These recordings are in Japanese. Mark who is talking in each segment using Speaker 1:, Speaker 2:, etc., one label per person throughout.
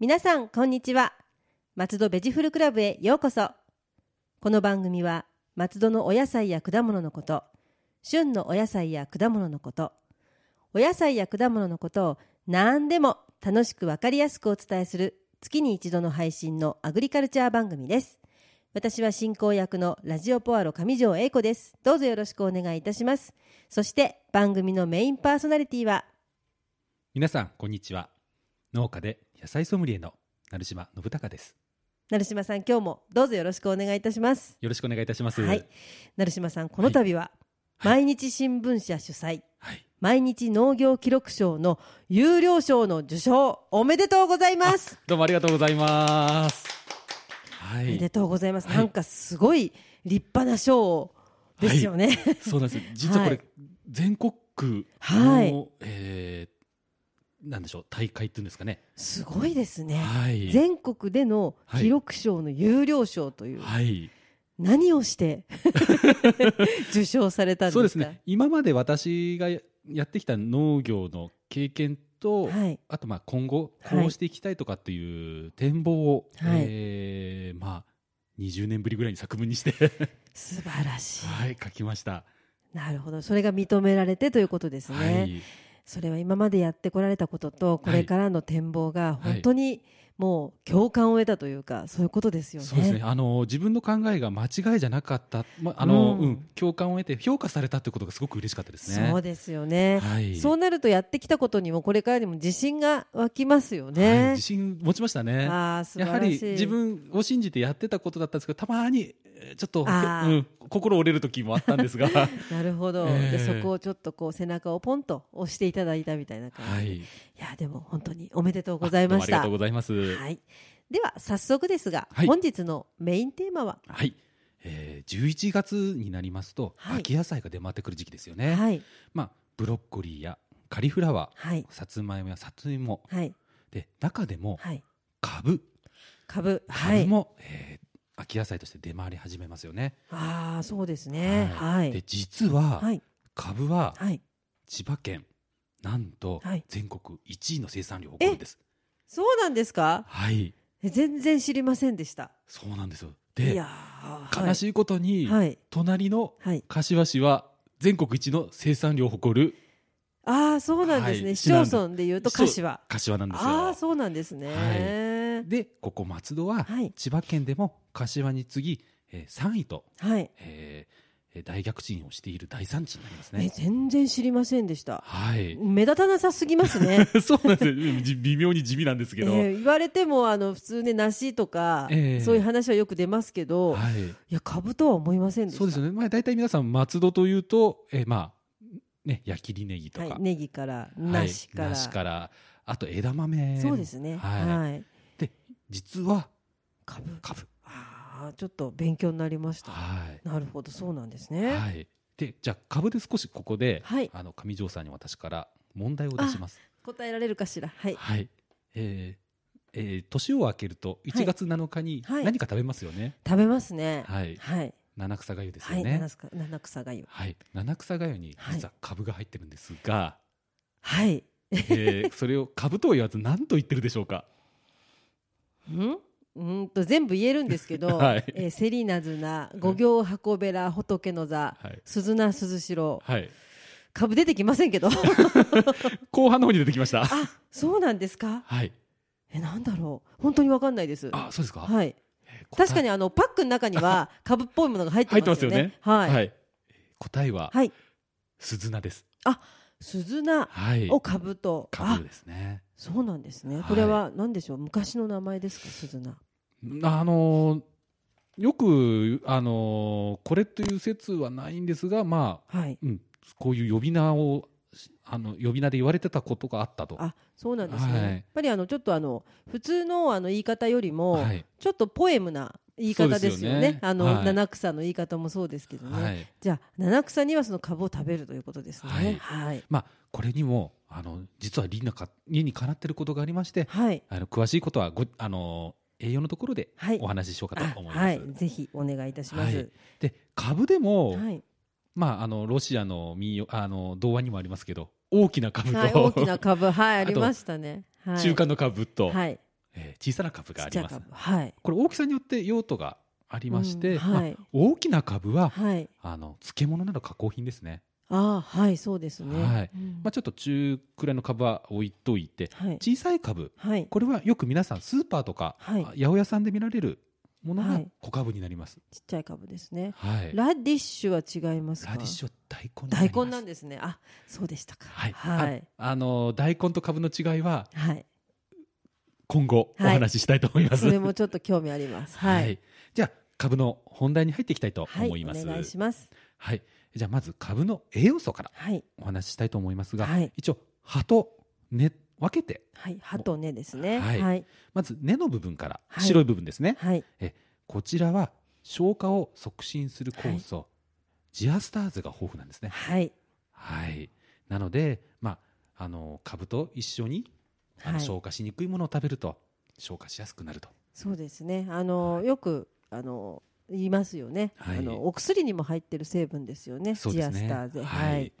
Speaker 1: 皆さんこんにちは松戸ベジフルクラブへようこそこの番組は松戸のお野菜や果物のこと旬のお野菜や果物のことお野菜や果物のことを何でも楽しくわかりやすくお伝えする月に一度の配信のアグリカルチャー番組です私は進行役のラジオポアロ上条英子ですどうぞよろしくお願いいたしますそして番組のメインパーソナリティは
Speaker 2: 皆さんこんにちは農家で野菜ソムリエの成島信孝です
Speaker 1: 成島さん今日もどうぞよろしくお願いいたします
Speaker 2: よろしくお願いいたします
Speaker 1: はい成島さんこの度は
Speaker 2: は
Speaker 1: 毎
Speaker 2: い
Speaker 1: 日新聞社主催、
Speaker 2: はい
Speaker 1: 毎日農業記録賞の有料賞の受賞おめでとうございます、
Speaker 2: どうもありがとうございます は
Speaker 1: おめで
Speaker 2: い
Speaker 1: とうございます、
Speaker 2: はい
Speaker 1: なんかすごい立派な賞ですよね、
Speaker 2: そうなんです実はこれ、
Speaker 1: は
Speaker 2: 全国区の、
Speaker 1: はい
Speaker 2: えーなんでしょう大会っていうんですかね
Speaker 1: すごいですね、
Speaker 2: はい
Speaker 1: 全国での
Speaker 2: はい
Speaker 1: 記録賞の有料賞という、
Speaker 2: はい
Speaker 1: 何をして 受賞されたんですか
Speaker 2: そうですね今まで私がややってきた農業の経験と、
Speaker 1: はい
Speaker 2: あとまあ今後
Speaker 1: はい
Speaker 2: こうしていきたいとかっていう展望を、
Speaker 1: はい
Speaker 2: えーまあ20年ぶりぐらいに作文にして、
Speaker 1: 素晴らしい、
Speaker 2: はい書きました。
Speaker 1: なるほどそれが認められてということですね、
Speaker 2: はい、
Speaker 1: それは今までやってこられたこととこれからの展望が本当にもう共感を得たというかそういうことですよね。
Speaker 2: そうですね。あの自分の考えが間違いじゃなかった、まあの、
Speaker 1: うん
Speaker 2: うん、共感を得て評価されたってことがすごく嬉しかったですね。
Speaker 1: そうですよね、
Speaker 2: はい。
Speaker 1: そうなるとやってきたことにもこれからにも自信が湧きますよ
Speaker 2: はい
Speaker 1: ね
Speaker 2: 自。信持ちましたね。
Speaker 1: ああ素
Speaker 2: や
Speaker 1: 晴
Speaker 2: は
Speaker 1: らし
Speaker 2: り
Speaker 1: い。
Speaker 2: 自分を信じてやってたことだったんですけど、たまにえーちょっと、
Speaker 1: あー
Speaker 2: うん、心折れる時もあったん ですが、は
Speaker 1: なるほど、
Speaker 2: え
Speaker 1: で
Speaker 2: え
Speaker 1: そこをちょっとこう背中をポンと押していただいたみたいな感じ、い、
Speaker 2: い。
Speaker 1: やでも本当におめでとうございました。
Speaker 2: あどうもありがとうございます。はい。
Speaker 1: はい、では早速ですが、
Speaker 2: はい
Speaker 1: 本日のメインテーマは、
Speaker 2: えー、11月になりますと、
Speaker 1: はい
Speaker 2: 秋野菜が出回ってくる時期ですよね。
Speaker 1: はい
Speaker 2: まあブロッコリーやカリフラワ
Speaker 1: はい
Speaker 2: ー、さつまいもや里芋
Speaker 1: はい
Speaker 2: で中でも
Speaker 1: はい
Speaker 2: 株、
Speaker 1: 株は
Speaker 2: 株
Speaker 1: い
Speaker 2: も、えー秋野菜として出回り始めますよね。
Speaker 1: ああそうですねは
Speaker 2: はいで実は
Speaker 1: はい
Speaker 2: 株は
Speaker 1: はい
Speaker 2: 千葉県なんと
Speaker 1: はい
Speaker 2: 全国1位の生産量を誇るんです。
Speaker 1: そうなんですか
Speaker 2: はい、
Speaker 1: え全然知りませんでした
Speaker 2: そうなんですよ。
Speaker 1: い
Speaker 2: で
Speaker 1: やー
Speaker 2: 悲しいことに、
Speaker 1: はい
Speaker 2: 隣の
Speaker 1: はい、はい、
Speaker 2: 柏市は全国一の生産量を誇る
Speaker 1: ああそうなんですね、
Speaker 2: はい
Speaker 1: 市町村でいうと
Speaker 2: そう
Speaker 1: 柏
Speaker 2: 柏なんですよ。
Speaker 1: ああそうなんですね
Speaker 2: でここ松戸は
Speaker 1: はい
Speaker 2: 千葉県でも柏に次、えー、3位と、
Speaker 1: はい、
Speaker 2: えーえー大逆進をしている大産地になります
Speaker 1: え
Speaker 2: ね。
Speaker 1: 全然知りませんでした
Speaker 2: はい、
Speaker 1: 目立たなさすぎますね
Speaker 2: そうなんですようんじ微妙に地味なん ですけど、
Speaker 1: えー言われてもあの普通ね梨とか、
Speaker 2: ええ
Speaker 1: そういう話はよく出ますけど、い、
Speaker 2: はい、
Speaker 1: や株とは思いませんでした
Speaker 2: そうですよね、まあ、大体皆さん松戸というと、えーまあね、矢切ネギとか、
Speaker 1: はい、ネギから
Speaker 2: はい
Speaker 1: 梨から,、
Speaker 2: 梨からあと枝豆
Speaker 1: そうですね
Speaker 2: はい
Speaker 1: はい、
Speaker 2: 実は
Speaker 1: 株
Speaker 2: 株、
Speaker 1: ああちょっと勉強になりました。
Speaker 2: は
Speaker 1: なるほどそうなんです
Speaker 2: い
Speaker 1: ね。
Speaker 2: はい、でじゃあ株で少しここで、
Speaker 1: はい
Speaker 2: あの上条さんに私から問題を出します。
Speaker 1: 答えられるかしら。はい。
Speaker 2: はい、えーえー年を明けると
Speaker 1: はい
Speaker 2: 1月7日に
Speaker 1: はい
Speaker 2: 何か食べますよね。
Speaker 1: 食べますね。
Speaker 2: はい、
Speaker 1: はい。
Speaker 2: 七草がゆです
Speaker 1: は
Speaker 2: よ
Speaker 1: い。
Speaker 2: ね。
Speaker 1: 七草七草がゆ。
Speaker 2: はい、七草がゆに
Speaker 1: はい
Speaker 2: 実は株が入ってるんですが、
Speaker 1: はい。
Speaker 2: えーそれを株とは言わず何と言ってるでしょうか。
Speaker 1: ん？うんと全部言えるんですけど、
Speaker 2: はい
Speaker 1: えーセリナズナ、五行箱べら、仏の座、
Speaker 2: はい、
Speaker 1: 鈴名鈴代、
Speaker 2: はい、
Speaker 1: 株出てきませんけど。
Speaker 2: 後半の方に出てきまし た。
Speaker 1: あ、そうなんですか。
Speaker 2: はい、
Speaker 1: え、なんだろう。本当にわかんないです。
Speaker 2: あ、そうですか。
Speaker 1: はい。
Speaker 2: えー答え
Speaker 1: 確かにあのパックの中に は株っぽいものが入ってますよ
Speaker 2: 入っ
Speaker 1: ね
Speaker 2: て。
Speaker 1: は
Speaker 2: はい、
Speaker 1: い。
Speaker 2: えー答えは、
Speaker 1: はい。
Speaker 2: 鈴菜です。
Speaker 1: 鈴名
Speaker 2: はい、
Speaker 1: を株と。あ
Speaker 2: 株ですね。
Speaker 1: そうなんですね。
Speaker 2: はい
Speaker 1: これは何でしょう、昔の名前ですか、鈴名。
Speaker 2: あのーよくあのーこれという説はないんですが、まあ
Speaker 1: はい。
Speaker 2: うん、こういう呼び名をしあの呼び名で言われてたことがあったと。
Speaker 1: あ、そうなんですね。
Speaker 2: はい
Speaker 1: やっぱりあのちょっとあの普通のあの言い方よりも、
Speaker 2: はい、
Speaker 1: ちょっとポエムな言い方ですよね。
Speaker 2: そうですよね
Speaker 1: あの、
Speaker 2: はい
Speaker 1: 七草の言い方もそうですけどね。
Speaker 2: はい、
Speaker 1: じゃあ七草にはその株を食べるということですね。は。
Speaker 2: はいい
Speaker 1: はい。
Speaker 2: まあこれにもあの実は理なか理にかなってることがありまして、
Speaker 1: はい。
Speaker 2: あの詳しいことはごあの栄養のところで
Speaker 1: はい
Speaker 2: お話ししようか
Speaker 1: あ
Speaker 2: と思います。
Speaker 1: はい、ぜひお願いいたします。
Speaker 2: で株でも、
Speaker 1: はい。
Speaker 2: まあ、あのロシアの民謡あの童話にもありますけど大きな株と、
Speaker 1: はい、大きな株、はい、あ
Speaker 2: あと
Speaker 1: りましたね。はい、
Speaker 2: 中間の株と、
Speaker 1: はい、
Speaker 2: えー小さな株があります
Speaker 1: ちっちゃい株はい。
Speaker 2: これ大きさによって用途がありまして、
Speaker 1: うんはい
Speaker 2: まあ大きな株は
Speaker 1: はい。
Speaker 2: あの漬物など加工品ですね、
Speaker 1: ああ、はい、そうですね。
Speaker 2: はい
Speaker 1: うん
Speaker 2: まあ、ちょっと中くらいの株は置いといて
Speaker 1: はい。
Speaker 2: 小さい株
Speaker 1: はい。
Speaker 2: これはよく皆さんスーパーとか、
Speaker 1: はい
Speaker 2: 八百屋さんで見られるもの
Speaker 1: は
Speaker 2: が
Speaker 1: い
Speaker 2: 小株になります、
Speaker 1: ちっちゃい株ですね。
Speaker 2: はいラ
Speaker 1: ラディッシュは違いますか。
Speaker 2: ディッシュは大根にな
Speaker 1: 大
Speaker 2: ります
Speaker 1: 根なんですね。あ、そうでしたか。
Speaker 2: はい、
Speaker 1: はい。
Speaker 2: ああの大根と株の違いは
Speaker 1: はい。
Speaker 2: 今後お
Speaker 1: はい
Speaker 2: 話ししたいと思います、
Speaker 1: それもちょっと興味あります。はい。
Speaker 2: じゃあ株の本題に入っていきたいと
Speaker 1: はい
Speaker 2: 思います,、
Speaker 1: お願いします。
Speaker 2: はい、じゃあまず株の栄養素から
Speaker 1: はい。
Speaker 2: お話ししたいと思いますが、
Speaker 1: はい
Speaker 2: 一応葉と根分けて
Speaker 1: はい。歯と根ですね。
Speaker 2: は
Speaker 1: はいい。はい。
Speaker 2: まず根の部分から、
Speaker 1: はい
Speaker 2: 白い部分ですね
Speaker 1: はい。
Speaker 2: こちらは消化を促進する酵素、ジアスターズが豊富なんですね
Speaker 1: はい。
Speaker 2: はいなのでまああの株と一緒にあの消化しにくいものを食べると消化しやすくなると
Speaker 1: そうですね。あの、よく、あの。言いますよね、
Speaker 2: はい
Speaker 1: あのお薬にも入ってる成分ですよね
Speaker 2: そう
Speaker 1: ジ
Speaker 2: です
Speaker 1: ア
Speaker 2: ね
Speaker 1: スターゼ
Speaker 2: はい、
Speaker 1: はい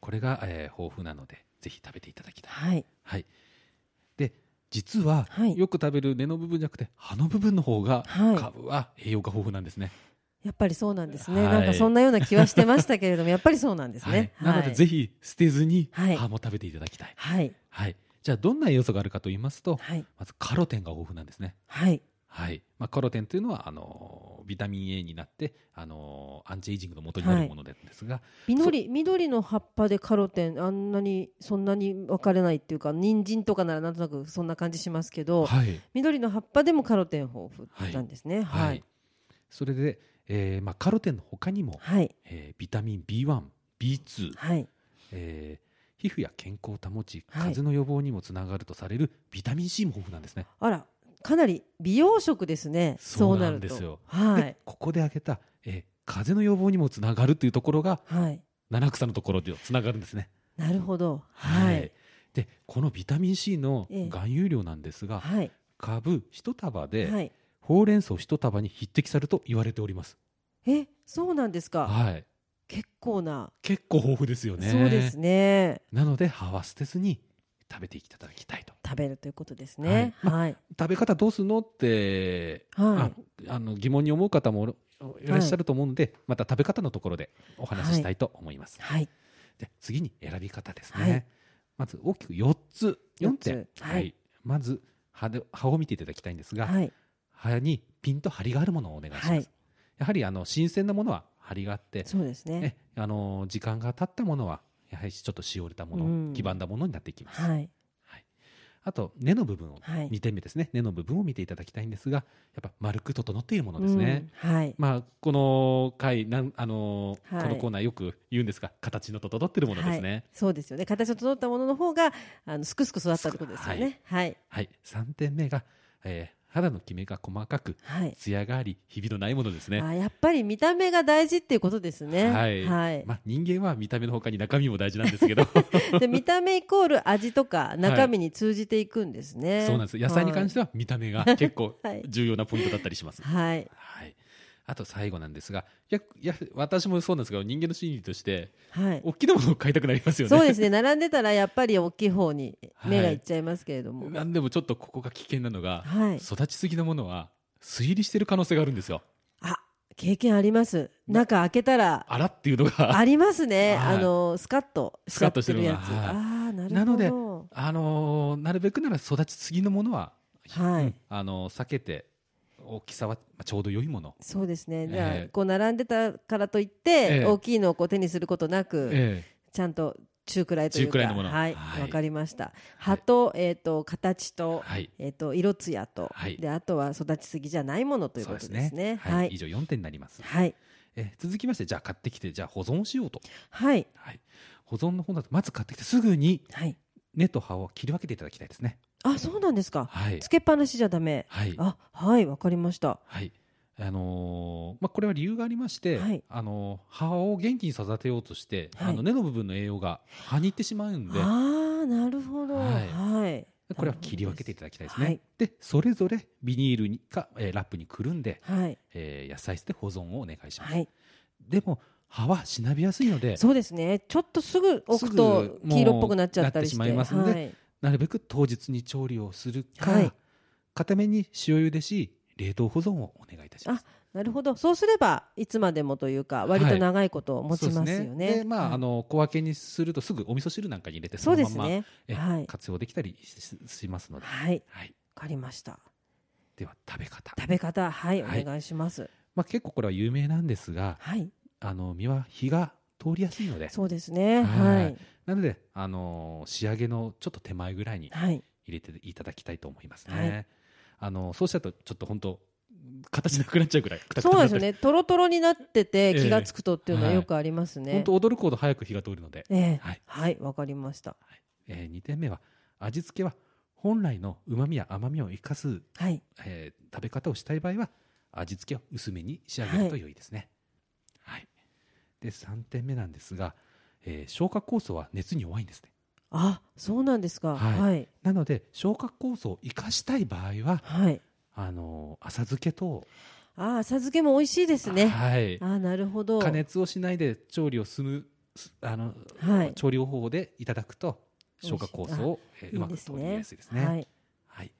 Speaker 2: これが、えー豊富なのでぜひ食べていただきたい
Speaker 1: はい
Speaker 2: はいで実は、
Speaker 1: はい
Speaker 2: よく食べる根の部分じゃなくて葉の部分の方が、
Speaker 1: はい
Speaker 2: 株は栄養が豊富なんですね
Speaker 1: やっぱりそうなんですね、
Speaker 2: はい
Speaker 1: なんかそんなような気はしてましたけれどもやっぱりそうなんですね、
Speaker 2: はい、なのでぜ
Speaker 1: ひ
Speaker 2: ひ捨てずに
Speaker 1: はい
Speaker 2: 葉も食べていただきたい、
Speaker 1: はい
Speaker 2: はい、じゃあどんな栄養素があるかと言いますと
Speaker 1: はい
Speaker 2: まずカロテンが豊富なんですね
Speaker 1: はい
Speaker 2: はいまあ、カロテンというのはあのービタミン A になって、あのーアンチエイジングの元になるものなんですが、
Speaker 1: 緑緑の葉っぱでカロテンあんなにそんなに分かれないっていうか人参とかならなんとなくそんな感じしますけど、
Speaker 2: はい
Speaker 1: 緑の葉っぱでもカロテン豊富なんですね
Speaker 2: はい
Speaker 1: はい
Speaker 2: それで、えーまあ、カロテンの他にも、
Speaker 1: はい
Speaker 2: えービタミン B1、B2、
Speaker 1: はい
Speaker 2: えー皮膚や健康を保ち
Speaker 1: はい
Speaker 2: 風邪の予防にもつながるとされるビタミン C も豊富なんですね、
Speaker 1: あらかなり美容食ですね
Speaker 2: そ
Speaker 1: そうう
Speaker 2: な
Speaker 1: なんる
Speaker 2: で
Speaker 1: と
Speaker 2: すよ
Speaker 1: は
Speaker 2: で
Speaker 1: い
Speaker 2: ここで挙げた、えー風邪の予防にもつながるというところが
Speaker 1: はい
Speaker 2: 七草のところでつながるんですね
Speaker 1: なるほどはい
Speaker 2: でこのビタミン C の
Speaker 1: ええ
Speaker 2: 含有量なんですが、
Speaker 1: はい
Speaker 2: 株一束で、
Speaker 1: はい
Speaker 2: ほうれん草一束に匹敵されると言われております。
Speaker 1: えそうなんですか
Speaker 2: はい、
Speaker 1: 結構な
Speaker 2: 結構豊富ですよね。
Speaker 1: そうですね
Speaker 2: なので葉は捨てずに食べていただきたいと。
Speaker 1: 食べるということですね
Speaker 2: はい
Speaker 1: はい
Speaker 2: 食べ方どうすんのって、
Speaker 1: はい
Speaker 2: ああの疑問に思う方もおいらっしゃると思うので、また食べ方のところでお話ししたいと思います。
Speaker 1: はい
Speaker 2: で次に選び方ですね。
Speaker 1: はい
Speaker 2: まず大きく四つ、四点
Speaker 1: 四。つはい
Speaker 2: まず葉で葉を見ていただきたいんですが、
Speaker 1: はい
Speaker 2: 葉にピンと張りがあるものをお願いします。
Speaker 1: はい
Speaker 2: やはりあの新鮮なものは張りがあって、
Speaker 1: そうですね
Speaker 2: ね、あの時間が経ったものはやはりちょっとしおれたもの、
Speaker 1: うん
Speaker 2: 黄ばんだものになってきます、
Speaker 1: はい
Speaker 2: あと根の部分を、
Speaker 1: はい
Speaker 2: 2点目ですね根の部分を見ていただきたいんですがやっぱ丸く整っているものですね、
Speaker 1: うんはい
Speaker 2: まあこの回なんあのー、
Speaker 1: はい
Speaker 2: このコーナーよく言うんですが形の整っているものですね
Speaker 1: そうですよね形を整ったものの方があのすくすく育ったってことですよねはい
Speaker 2: はい、3点目が、えー肌のきめが細かく
Speaker 1: はい、
Speaker 2: ツヤがありひびのないものですね
Speaker 1: あやっぱり見た目が大事っていうことですね
Speaker 2: はい、
Speaker 1: はい
Speaker 2: まあ、人間は見た目のほかに中身も大事なんです けど
Speaker 1: で見た目イコール味とか中身に通じていくんですね、
Speaker 2: そうなんです野菜に関しては見た目が結構
Speaker 1: はい
Speaker 2: 重要なポイントだったりします、
Speaker 1: ははい
Speaker 2: はい、あと最後なんですがいやいや私もそうなんですけど人間の心理として
Speaker 1: はい
Speaker 2: 大きなものを買いたくなりますよね
Speaker 1: そうですね並んでたらやっぱり大きい方に目がいっちゃいますけれども、
Speaker 2: 何でもちょっとここが危険なのが、
Speaker 1: はい
Speaker 2: 育ちすぎのものは推理してる可能性があるんですよ
Speaker 1: あ経験あります中開けたら
Speaker 2: あらっていうのが
Speaker 1: ありますね、
Speaker 2: はい
Speaker 1: あのスカッとしちゃってるやつ
Speaker 2: スカッとしてるのがはい
Speaker 1: ああなるほど
Speaker 2: なのであのーなるべくなら育ちすぎのものは、
Speaker 1: はい
Speaker 2: うんあのー避けて大きさはまあちょうど良いもの、
Speaker 1: そうですね、じゃあ
Speaker 2: ええ
Speaker 1: こう並んでたからといって、
Speaker 2: え
Speaker 1: 大きいのをこう手にすることなく、
Speaker 2: え
Speaker 1: ちゃんと中くらいというか
Speaker 2: 中くらいのもの
Speaker 1: はいわ、
Speaker 2: はい
Speaker 1: かりました葉と,、えー、と形
Speaker 2: え
Speaker 1: と,、
Speaker 2: はい
Speaker 1: えー、と色艶と、
Speaker 2: はい
Speaker 1: であとは育ちすぎじゃないものということですね
Speaker 2: はい
Speaker 1: は
Speaker 2: 以
Speaker 1: い、
Speaker 2: 上4点になります、
Speaker 1: はい
Speaker 2: えー続きましてじゃあ買ってきてじゃあ保存しようと、
Speaker 1: はい
Speaker 2: はい、保存の方だとまず買ってきてすぐに
Speaker 1: はい、
Speaker 2: 根と葉を切り分けていただきたいですね。
Speaker 1: あそうなんですか
Speaker 2: はい
Speaker 1: つ。けっぱなしじゃダメ
Speaker 2: はい。
Speaker 1: あはいわかりました
Speaker 2: はい。あのーまあ、これは理由がありまして、
Speaker 1: はい
Speaker 2: あのー葉を元気に育てようとして、
Speaker 1: はい
Speaker 2: あの根の部分の栄養が葉に行ってしまうんで、
Speaker 1: ああなるほど
Speaker 2: は
Speaker 1: はいい、
Speaker 2: これは切り分けていただきたいですね。
Speaker 1: はい
Speaker 2: で、それぞれビニールにか、えーラップにくるんで、
Speaker 1: はい
Speaker 2: えー野菜室で保存をお願いします。
Speaker 1: はい
Speaker 2: でも、葉はしなびやすいので
Speaker 1: そうですねちょっとすぐ置くと
Speaker 2: すぐ
Speaker 1: 黄色っぽくなっちゃったりして
Speaker 2: もうなってしまいますので
Speaker 1: はい
Speaker 2: なるべく当日に調理をするか、
Speaker 1: はい
Speaker 2: 片面に塩茹でし冷凍保存をお願いいたします。
Speaker 1: なるほどそうすればいつまでもというか割と長いことを持ちますよ
Speaker 2: そう
Speaker 1: ね。
Speaker 2: でまあ、
Speaker 1: はい
Speaker 2: あの小分けにするとすぐお味噌汁なんかに入れて
Speaker 1: そうです
Speaker 2: まんま
Speaker 1: ね。
Speaker 2: え
Speaker 1: はい
Speaker 2: 活用できたりししますので、
Speaker 1: はいわ
Speaker 2: はい、
Speaker 1: かりました。
Speaker 2: では食べ方、
Speaker 1: 食べ方はい、
Speaker 2: はい
Speaker 1: お願いします。
Speaker 2: まあ、結構これは有名なんですが
Speaker 1: はい
Speaker 2: あの身は火が通りやすいので
Speaker 1: そうですね
Speaker 2: はい
Speaker 1: はい
Speaker 2: なので、あのー仕上げのちょっと手前ぐらいに
Speaker 1: はい
Speaker 2: 入れていただきたいと思いますね、
Speaker 1: は
Speaker 2: あのーそうしたとちょっと本当形なくなっちゃうぐらいくたくた
Speaker 1: そう
Speaker 2: にな
Speaker 1: で
Speaker 2: っ
Speaker 1: す
Speaker 2: た
Speaker 1: よ
Speaker 2: り
Speaker 1: ねとろとろになってて
Speaker 2: ええ
Speaker 1: 気がつくとっていうのは
Speaker 2: はい
Speaker 1: よくありますね。
Speaker 2: 本当驚くほど早く火が通るので、
Speaker 1: ええ
Speaker 2: はい
Speaker 1: はいわかりました。
Speaker 2: えー、2点目は味付けは本来のうまみや甘みを生かす、
Speaker 1: はい
Speaker 2: えー食べ方をしたい場合は味付けを薄めに仕上げると良いですね、はいで3点目なんですが、えー消化酵素は熱に弱いんですね
Speaker 1: あそうなんですか
Speaker 2: はい
Speaker 1: はい
Speaker 2: なので消化酵素を生かしたい場合は
Speaker 1: はい。
Speaker 2: あのー浅漬け等
Speaker 1: あー浅漬けも美味しいですね。
Speaker 2: はい
Speaker 1: あ、ーなるほど。
Speaker 2: 加熱をしないで調理を済むすあの、
Speaker 1: はい
Speaker 2: 調理方法でいただくと消化酵素をえー
Speaker 1: いい
Speaker 2: うんまく
Speaker 1: です
Speaker 2: 取り入れ
Speaker 1: ね
Speaker 2: やすいですね。
Speaker 1: は
Speaker 2: はい
Speaker 1: い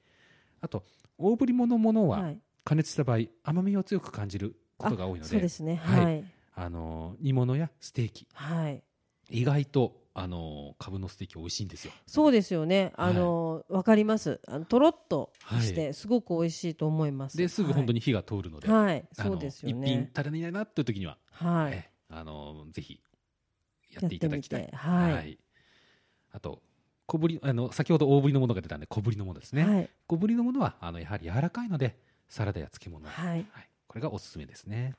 Speaker 2: あと大ぶりものものはい加熱した場合、甘みを強く感じることが多いので
Speaker 1: そうですね
Speaker 2: はい
Speaker 1: はい
Speaker 2: あのー煮物やステーキ
Speaker 1: はい。
Speaker 2: 意外とあのー株のステーキ美味しいんですよ。
Speaker 1: そうですよね。あの、わかります。あの、とろっとして、
Speaker 2: は
Speaker 1: すごく美味しいと思います。
Speaker 2: ですぐ本当
Speaker 1: に。
Speaker 2: に火が通るので、
Speaker 1: はい、
Speaker 2: あの
Speaker 1: そうですよ
Speaker 2: 一品
Speaker 1: ね。
Speaker 2: 足らないなという時には、
Speaker 1: はい。
Speaker 2: えーあのーぜひやっていただきたい
Speaker 1: やってみてはい
Speaker 2: あと小ぶりあの先ほど大ぶりのものが出たんで小ぶりのものですね、
Speaker 1: はい。
Speaker 2: 小ぶりのものはあのやはり柔らかいのでサラダや漬物、は
Speaker 1: は
Speaker 2: い
Speaker 1: い。
Speaker 2: これがおすすめですね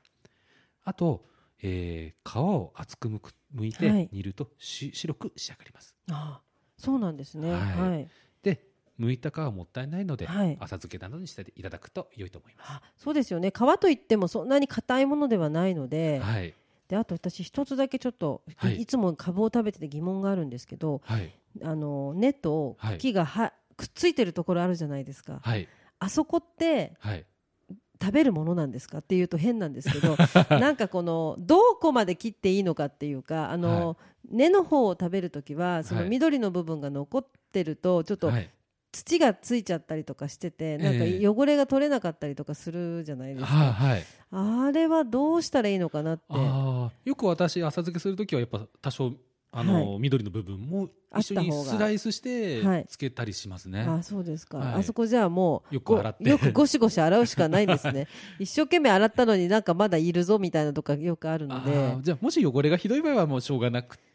Speaker 2: あと、えー皮を厚くむくむい
Speaker 1: は
Speaker 2: て
Speaker 1: い
Speaker 2: 煮るとし、白く仕上がります
Speaker 1: ああ、そうなんですね。
Speaker 2: はい
Speaker 1: はい。
Speaker 2: でむいた皮はもったいないので、
Speaker 1: はい
Speaker 2: 浅漬けなどにしていただくと良いと思います、
Speaker 1: あそうですよね皮といってもそんなに硬いものではないので,、
Speaker 2: はい
Speaker 1: であと私一つだけちょっと、い
Speaker 2: はい
Speaker 1: いつもかぶを食べてて疑問があるんですけど
Speaker 2: はい
Speaker 1: あの根と
Speaker 2: はい
Speaker 1: 茎がは、くっついてるところあるじゃないですか、
Speaker 2: はい
Speaker 1: あそこって
Speaker 2: はい
Speaker 1: 食べるものなんですかっていうと変なんですけ ど なんかこのどこまで切っていいのかっていうかあの、根の方を食べるときはその
Speaker 2: はい
Speaker 1: 緑の部分が残ってるとちょっと
Speaker 2: はい
Speaker 1: 土がついちゃったりとかしてて、
Speaker 2: ええ
Speaker 1: なんか汚れが取れなかったりとかするじゃないですか、
Speaker 2: はいはい
Speaker 1: あれはどうしたらいいのかなって
Speaker 2: あーよく私浅漬けするときはやっぱ多少あの、緑の部分も一緒
Speaker 1: あった
Speaker 2: に
Speaker 1: 方が
Speaker 2: スライスし
Speaker 1: はい
Speaker 2: てつけたりしますね、
Speaker 1: あそうですか、
Speaker 2: はい
Speaker 1: あそこじゃあもう
Speaker 2: よく洗って
Speaker 1: ごよくゴシゴシ洗うしかないですね一生懸命洗ったのになんかまだいるぞみたいなとかよくある
Speaker 2: あ
Speaker 1: ので
Speaker 2: ーじゃあもし汚れがひどい場合はもうしょうがなくて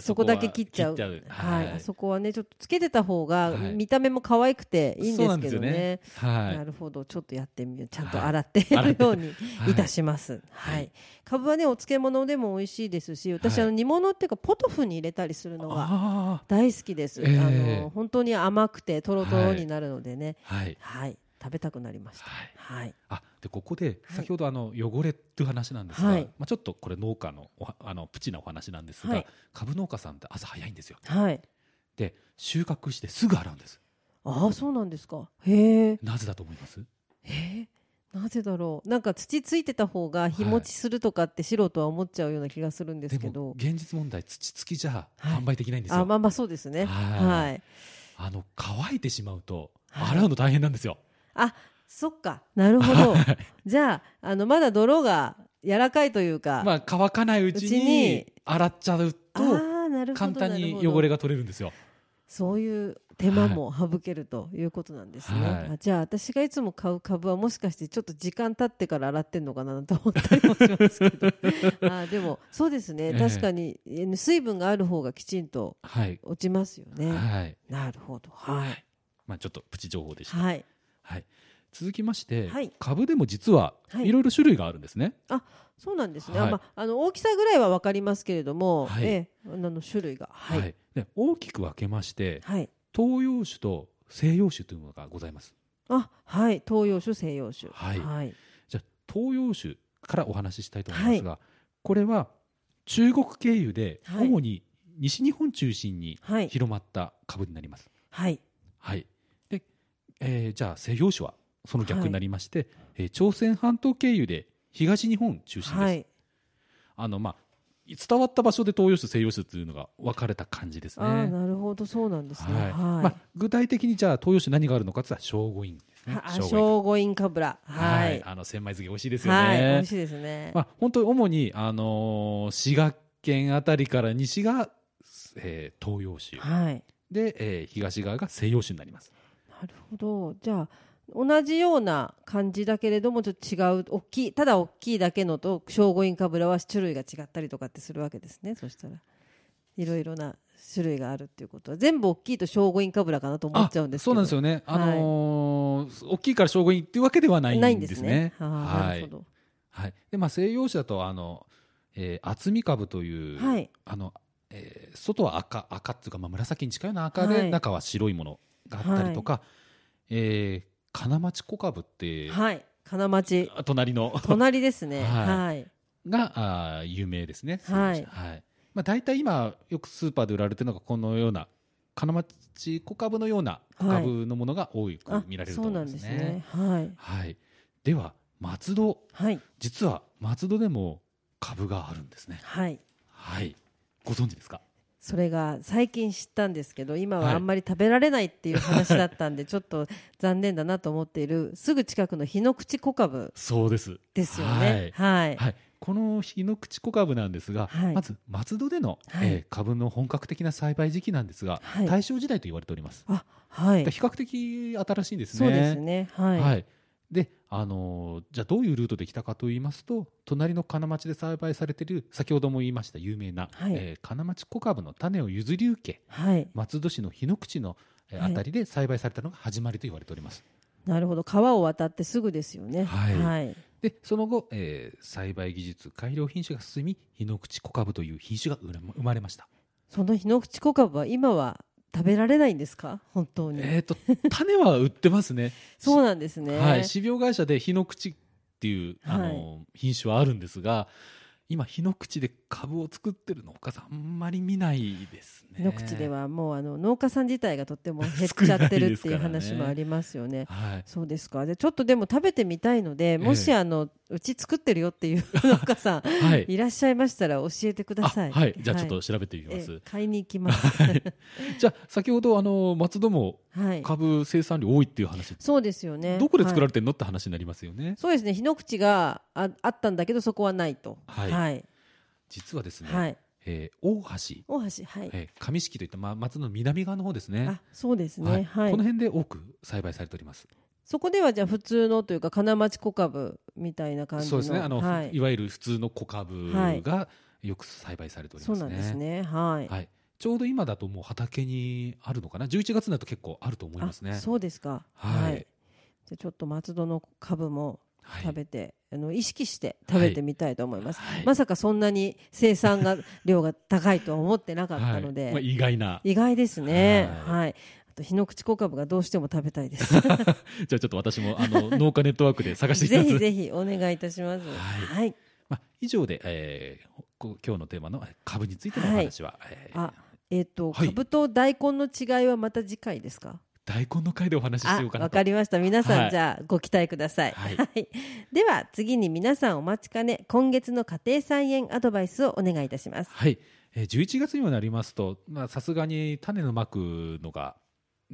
Speaker 1: そこだけ切っちゃう。
Speaker 2: は
Speaker 1: はい、
Speaker 2: は
Speaker 1: あ
Speaker 2: い、
Speaker 1: そこはね、ちょっとつけてた方が、
Speaker 2: はい
Speaker 1: 見た目も可愛くていいんですけどね。
Speaker 2: そうなんですよ
Speaker 1: な
Speaker 2: ね
Speaker 1: るほど、ちょっとやってみよう。ちゃんと
Speaker 2: はい
Speaker 1: 洗って
Speaker 2: 洗
Speaker 1: る
Speaker 2: って
Speaker 1: ように
Speaker 2: はい
Speaker 1: いたします。はい、
Speaker 2: い
Speaker 1: かぶはね、お漬物でも美味しいですし、私、
Speaker 2: はい
Speaker 1: あの煮物っていうか、ポトフに入れたりするのが
Speaker 2: あ
Speaker 1: 大好きです。
Speaker 2: ええ
Speaker 1: あの、本当に甘くて、とろとろになるのでね。
Speaker 2: ーはい
Speaker 1: はい、食べたくなりました。
Speaker 2: はい
Speaker 1: はい、
Speaker 2: あでここで
Speaker 1: はい
Speaker 2: 先ほどあの汚れという話なんですが、
Speaker 1: はい
Speaker 2: まあ、ちょっとこれ農家のおはあのプチなお話なんですが、
Speaker 1: はい
Speaker 2: 株農家さんって朝早いんですよ
Speaker 1: はい。
Speaker 2: で収穫してすぐ洗うんです
Speaker 1: ああ、そうなんですか。へえ。
Speaker 2: なぜだと思います
Speaker 1: えーなぜだろうなんか土ついてた方が日持ちするとかって素人は思っちゃうような気がするんですけど、
Speaker 2: も現実問題土付きじゃ
Speaker 1: はい
Speaker 2: 販売できないんですよ、
Speaker 1: あまあまあそうですねはい、
Speaker 2: はいあの乾いてしまうと
Speaker 1: はい
Speaker 2: 洗うの大変なんですよ、
Speaker 1: あそっかなるほ どじゃああのまだ泥が柔らかいというか、
Speaker 2: まあ乾かないう
Speaker 1: う
Speaker 2: ち
Speaker 1: ち
Speaker 2: に
Speaker 1: に
Speaker 2: 洗っちゃ
Speaker 1: あ
Speaker 2: うと
Speaker 1: ーなるほど
Speaker 2: 簡単
Speaker 1: な
Speaker 2: に
Speaker 1: るほど
Speaker 2: 汚れが取れるんですよ
Speaker 1: そういう手間も省けるということなんですね、
Speaker 2: はい
Speaker 1: あじゃあ私がいつも買う株はもしかしてちょっと時間経ってから洗ってんのかなと思ったりもしますけどあーでもそうですね、
Speaker 2: ええ
Speaker 1: 確かにえー水分がある方がきちんと
Speaker 2: はい
Speaker 1: 落ちますよね、
Speaker 2: はい
Speaker 1: なるほど。はい。
Speaker 2: まあちょっとプチ情報でした、はい
Speaker 1: はい。
Speaker 2: 続きまして、
Speaker 1: はい
Speaker 2: 株でも実は
Speaker 1: はい
Speaker 2: いろいろ種類があるんですね、
Speaker 1: そうなんですね。
Speaker 2: はい
Speaker 1: あまあ、あの大きさぐらいはわかりますけれども、
Speaker 2: はい
Speaker 1: ええ、あの種類が。は。
Speaker 2: はいい
Speaker 1: はい。
Speaker 2: で大きく分けまして東洋種と西洋種というものがございます
Speaker 1: あ、はい。東洋種、西洋種。
Speaker 2: はい
Speaker 1: はい。
Speaker 2: じゃあ東洋種からお話ししたいと思いますが、これは中国経由で
Speaker 1: はい
Speaker 2: 主に西日本中心に
Speaker 1: はい。
Speaker 2: 広まった株になります。
Speaker 1: はい。
Speaker 2: はい、で、えーじゃあ西洋種はその逆になりまして、えー朝鮮半島経由で東日本中心です。
Speaker 1: はい。
Speaker 2: あのまあ伝わった場所で東洋種西洋種というのが分かれた感じですね。
Speaker 1: ああなるほどそうなんですね。
Speaker 2: はいま
Speaker 1: は
Speaker 2: あ、具体的にじゃあ東洋種何があるのかって言ったら聖護院です
Speaker 1: い。
Speaker 2: ね
Speaker 1: は。あ、
Speaker 2: 聖護院
Speaker 1: 聖護院かぶら。は
Speaker 2: はい
Speaker 1: い。
Speaker 2: あの千枚漬け美味しいですよね。
Speaker 1: はい。美味しいですね。
Speaker 2: まあ、本当に主に、あのー滋賀県あたりから西が、えー東洋種
Speaker 1: はい。
Speaker 2: で、えー東側が西洋種になります。
Speaker 1: なるほど。じゃあ同じような感じだけれどもちょっと違う大きいただ大きいだけのと聖護院かぶらは種類が違ったりとかってするわけですね。そしたらいろいろな種類があるっていうことは全部大きいと聖護院かぶらかなと思っちゃうんですけ
Speaker 2: そ
Speaker 1: ど。
Speaker 2: うなんです
Speaker 1: よ。
Speaker 2: よね。あのー大きいから聖護院っていうわけではないんです
Speaker 1: な
Speaker 2: ね。
Speaker 1: いんですね。ああ
Speaker 2: は
Speaker 1: なる
Speaker 2: い
Speaker 1: ほ。ど。
Speaker 2: はい。で、まあ、西洋種だと、あの、えー厚み株という、
Speaker 1: はい
Speaker 2: あの、えー外は赤、赤っていうか、まあ、紫に近いような赤で、
Speaker 1: はい
Speaker 2: 中は白いものがあったりとか、えー金町小株って、
Speaker 1: はい。金町
Speaker 2: あ隣の、
Speaker 1: 隣ですね。
Speaker 2: はい
Speaker 1: はい。
Speaker 2: があー有名ですね。
Speaker 1: はい
Speaker 2: 西洋種はい。まあ、大体今、よくスーパーで売られてるのが、このような、金町小株のような小株のものが多
Speaker 1: あ
Speaker 2: く見られると思いますね。
Speaker 1: そうなんですね。はい。
Speaker 2: はい。では、松戸、
Speaker 1: はい。
Speaker 2: 実は松戸でも株があるんですね。
Speaker 1: はい。
Speaker 2: はい。ご存知ですか。
Speaker 1: それが最近知ったんですけど、今は
Speaker 2: はい
Speaker 1: あんまり食べられないっていう話だったん で、ちょっと残念だなと思っている、すぐ近くの日の口小株
Speaker 2: そうです。
Speaker 1: ですよね。はい。
Speaker 2: はい。この日の口小株なんですが、
Speaker 1: はい
Speaker 2: まず松戸での、
Speaker 1: はい
Speaker 2: えー株の本格的な栽培時期なんですが、
Speaker 1: はい
Speaker 2: 大正時代と言われております。
Speaker 1: あ、はい
Speaker 2: で。比較的新しいんですね。
Speaker 1: そうですね。は。
Speaker 2: はいい。で、あのーじゃあどういうルートで来たかと言いますと、隣の金町で栽培されている先ほども言いました有名な、
Speaker 1: はい
Speaker 2: えー金町小株の種を譲り受け、
Speaker 1: はい。
Speaker 2: 松戸市の日の口のえー
Speaker 1: は
Speaker 2: あ
Speaker 1: い
Speaker 2: たりで栽培されたのが始まりと言われております。
Speaker 1: なるほど。川を渡ってすぐですよね。
Speaker 2: はい
Speaker 1: はい。
Speaker 2: でその後、えー栽培技術改良品種が進み日の口小株という品種が生ま生まれました。
Speaker 1: その日の口小株は今は食べられないんですか本当に。
Speaker 2: えっ、と種は売ってますね。
Speaker 1: そうなんです ね。
Speaker 2: はい、種苗会社で日の口っていうあの、品種はあるんですが。今日の口で株を作ってる農家さんあんまり見ないですね。
Speaker 1: 井の口ではもうあの農家さん自体がとっても減っちゃってるっていう話もありますよね。
Speaker 2: はい。
Speaker 1: そうですかでちょっとでも食べてみたいのでもし
Speaker 2: ええ
Speaker 1: あの、うち作ってるよっていう農家さん
Speaker 2: はい。
Speaker 1: いらっしゃいましたら教えてくだ
Speaker 2: あ
Speaker 1: さい。
Speaker 2: はい。じゃあちょっと調べてみ
Speaker 1: はい
Speaker 2: ます。
Speaker 1: ええ買いに行きます。
Speaker 2: じゃあ先ほどあの松戸も
Speaker 1: はい、
Speaker 2: 株生産量多いっていう話
Speaker 1: そうですよね
Speaker 2: どこで作ら
Speaker 1: れ、
Speaker 2: れてんのって話になりますよね、
Speaker 1: はいそうですね日の口がああったんだけどそこはないと。
Speaker 2: はい
Speaker 1: はい、
Speaker 2: 実はですね、
Speaker 1: はい
Speaker 2: えー大橋、
Speaker 1: 大橋はい、
Speaker 2: えー上敷といった、ま、松戸の南側の方ですね
Speaker 1: あそうですね、
Speaker 2: は
Speaker 1: はいい
Speaker 2: この辺で多く栽培されております
Speaker 1: そこではじゃあ普通のというか金町小株みたいな感じの
Speaker 2: そうですねあの、
Speaker 1: はい
Speaker 2: い、わゆる普通の小株
Speaker 1: はい
Speaker 2: がよく栽培されており
Speaker 1: そ
Speaker 2: ま
Speaker 1: う
Speaker 2: す
Speaker 1: な
Speaker 2: ね,、
Speaker 1: んですねはい、
Speaker 2: はい、ちょうど今だともう畑にあるのかな11月になると結構あると思いますね
Speaker 1: あそうですか
Speaker 2: は
Speaker 1: はいい、じゃあちょっと松戸の株も
Speaker 2: はい
Speaker 1: 食べて、あの意識して食べてみたいと思います、
Speaker 2: はい
Speaker 1: まさかそんなに生産が量が高いとは思ってなかったので、
Speaker 2: はいまあ、意外な じ
Speaker 1: 意外ですね
Speaker 2: は
Speaker 1: はい、あと日の口小株がどうしても食べたいです
Speaker 2: ゃあちょっと私も あの農家ネットワークで探していきま
Speaker 1: ぜ
Speaker 2: す
Speaker 1: ひぜひお願いいたします
Speaker 2: は
Speaker 1: はい、
Speaker 2: まあ、以上で、えー、こ今日のテーマの株についてのお話は、えー
Speaker 1: あえっ、と、
Speaker 2: はい
Speaker 1: 株と大根の違いはまた次回ですか
Speaker 2: 大根の回でお話しし
Speaker 1: あ
Speaker 2: ようかな
Speaker 1: わ
Speaker 2: と
Speaker 1: かりました皆さん、
Speaker 2: はい
Speaker 1: じゃあご期待ください、
Speaker 2: はい
Speaker 1: では次に皆さんお待ちかね今月の家庭菜園アドバイスをお願いいたします
Speaker 2: はい、えー、11月にもなりますとまあさすがに種のまくのが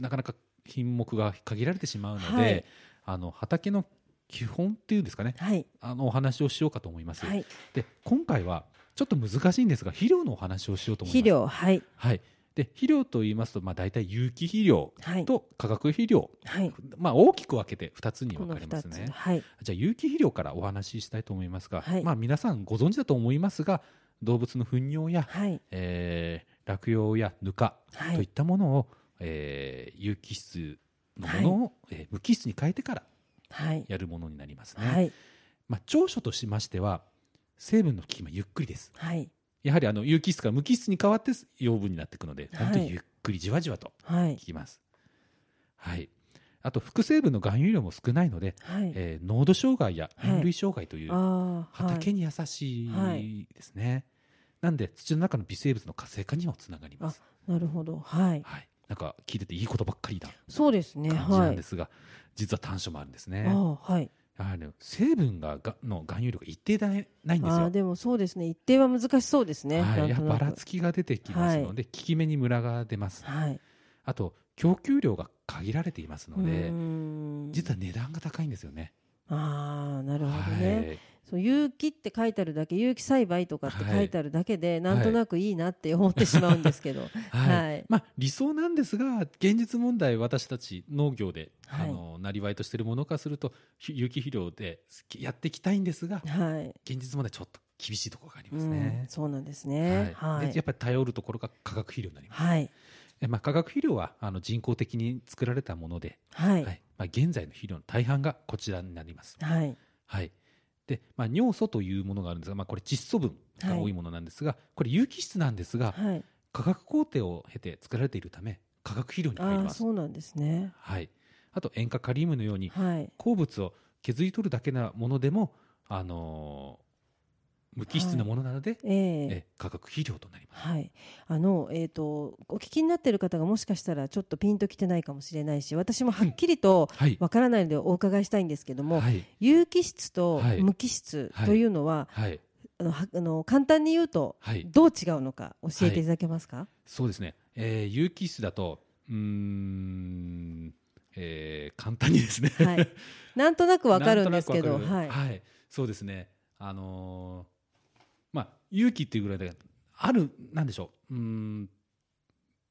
Speaker 2: なかなか品目が限られてしまうので、
Speaker 1: はい
Speaker 2: あの畑の基本っていうんですかね
Speaker 1: はい
Speaker 2: あのお話をしようかと思います、
Speaker 1: はい
Speaker 2: で今回はちょっと難しいんですが肥料のお話をしようと思います
Speaker 1: 肥料はい
Speaker 2: はいで肥料と言いますと、まあ、大体有機肥料
Speaker 1: はい
Speaker 2: と化学肥料、
Speaker 1: はい
Speaker 2: まあ、大きく分けて2つに
Speaker 1: こ
Speaker 2: 分
Speaker 1: の
Speaker 2: かれま
Speaker 1: 二
Speaker 2: す
Speaker 1: つ
Speaker 2: ね。
Speaker 1: はい
Speaker 2: じゃあ有機肥料からお話ししたいと思いますが、
Speaker 1: はい
Speaker 2: まあ、皆さんご存知だと思いますが動物の糞尿や、
Speaker 1: はい
Speaker 2: えー落葉やぬか
Speaker 1: はい
Speaker 2: といったものを、えー有機質のものを、えー無機質に変えてから
Speaker 1: はい
Speaker 2: やるものになりますね、
Speaker 1: はい
Speaker 2: まあ、長所としましては成分の効き目ゆっくりです
Speaker 1: はい
Speaker 2: やはりあの有機質から無機質に変わって養分になっていくので
Speaker 1: はい
Speaker 2: 本当にゆっくりじわじわと
Speaker 1: は
Speaker 2: 効
Speaker 1: い
Speaker 2: きます、はい、あと副成分の含有量も少ないので、
Speaker 1: はい
Speaker 2: えー濃度障害や
Speaker 1: はい
Speaker 2: 塩類障害という
Speaker 1: あーはい
Speaker 2: 畑に優しいですね、なんで土の中の微生物の活性化にもつながります、
Speaker 1: なるほどはい
Speaker 2: はい、なんか聞いてていいことばっかりだ
Speaker 1: そうですね
Speaker 2: 感じな
Speaker 1: は
Speaker 2: ん
Speaker 1: い
Speaker 2: ですが、実は短所もあるんですね
Speaker 1: あーはい
Speaker 2: やはりね成分ががの含有量が一定でないんです
Speaker 1: ああ
Speaker 2: よ
Speaker 1: ー。でもそうですね一定は難しそうですね、
Speaker 2: はい、
Speaker 1: な
Speaker 2: や
Speaker 1: ん
Speaker 2: は
Speaker 1: と
Speaker 2: り
Speaker 1: な
Speaker 2: ば
Speaker 1: く
Speaker 2: らつきが出てきますので、効き目にムラが出ます。
Speaker 1: はい
Speaker 2: あと供給量が限られていますので
Speaker 1: うー、ん
Speaker 2: 実は値段が高いんですよね。
Speaker 1: ああなるほどね、
Speaker 2: はい、
Speaker 1: そう有機って書いてあるだけ有機栽培とかって書いてあるだけで、なんとなくいいなって思ってしまうんですけど
Speaker 2: はい
Speaker 1: はい
Speaker 2: まあ、理想なんですが現実問題私たち農業で、
Speaker 1: はい
Speaker 2: あのなりわいとしているものからするとひ有機肥料でやっていきたいんですが
Speaker 1: はい、
Speaker 2: 現実問題ちょっと厳しいところがあり
Speaker 1: う
Speaker 2: ます
Speaker 1: ん
Speaker 2: ね。
Speaker 1: そうなんですね
Speaker 2: は
Speaker 1: はいい
Speaker 2: でやっぱり頼るところが化学肥料になります。
Speaker 1: はい
Speaker 2: えまあ、化学肥料はあの人工的に作られたもので、
Speaker 1: は
Speaker 2: はいいまあ、現在の肥料の大半がこちらになります。
Speaker 1: はい
Speaker 2: はいでまあ、尿素というものがあるんですが、まあ、これ窒素分が多いものなんですが、これ有機質なんですが、
Speaker 1: はい
Speaker 2: 化学工程を経て作られているため化学肥料に
Speaker 1: あ
Speaker 2: 入り
Speaker 1: あ
Speaker 2: ます
Speaker 1: そうなんですね
Speaker 2: はい、あと塩化カリウムのように
Speaker 1: はい
Speaker 2: 鉱物を削り取るだけなものでも、あのー無機質なものなので、
Speaker 1: ええ
Speaker 2: え化学肥料となります。
Speaker 1: はい、あの、えー、とお聞きになっている方がもしかしたらちょっとピンときてないかもしれないし私もはっきりと
Speaker 2: はい、
Speaker 1: わからないのでお伺いしたいんですけども、
Speaker 2: はい、
Speaker 1: 有機質と
Speaker 2: はい
Speaker 1: 無機質というのは,、
Speaker 2: はい、
Speaker 1: あのはあの簡単に言うと
Speaker 2: はい、
Speaker 1: どう違うのか教えていただけますか、
Speaker 2: そうですね。えー有機質だと、うーん、えー簡単にですね。
Speaker 1: はい なんとなくわかるんですけ
Speaker 2: な
Speaker 1: ど
Speaker 2: んとなくわ
Speaker 1: は
Speaker 2: か
Speaker 1: い
Speaker 2: るはい、そうですね。あのーまあ有機っていうぐらいだからあるなんでしょう。うーん、